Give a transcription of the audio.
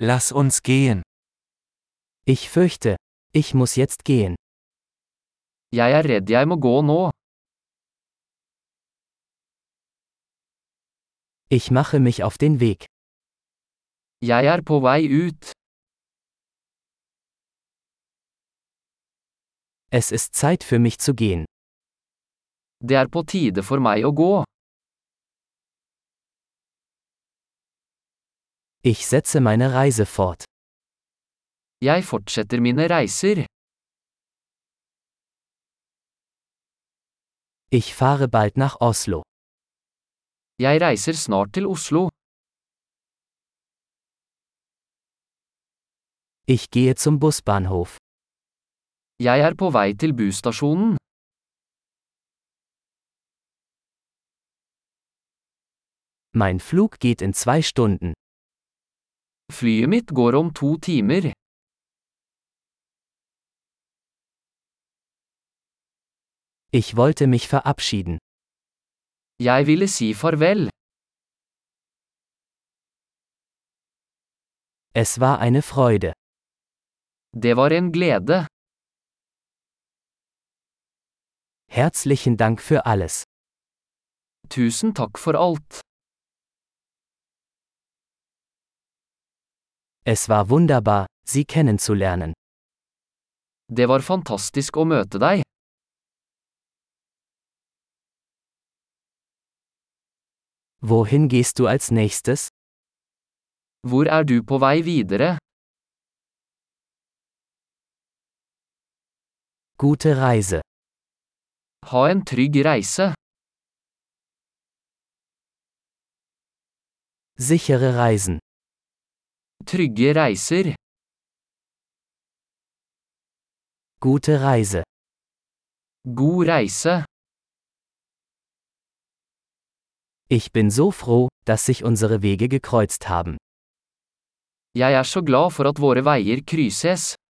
Lass uns gehen. Ich fürchte, ich muss jetzt gehen. Jeg er redd jeg må gå nå. Ich mache mich auf den Weg. Jeg er på vei ut. Es ist Zeit für mich zu gehen. Det er på tide for meg å gå. Ich setze meine Reise fort. Jeg fortsetter mine reiser. Ich fahre bald nach Oslo. Jeg reiser snart til Oslo. Ich gehe zum Busbahnhof. Jeg er på vei til busstasjonen. Mein Flug geht in zwei Stunden. Flyet mitt går om to timer. Ich wollte mich verabschieden. Jeg ville si farvel. Es war eine Freude. Det var en glede. Herzlichen Dank für alles. Tusen takk for alt. Es war wunderbar, Sie kennenzulernen. Det var fantastisk å møte deg. Wohin gehst du als nächstes? Hvor er du på vei videre? Gute Reise. Ha en trygg reise. Sichere Reisen. Trygge reiser. Gute Reise. God reise. Ich bin so froh, dass sich unsere Wege gekreuzt haben. Jeg er så glad for at våre veier krysses.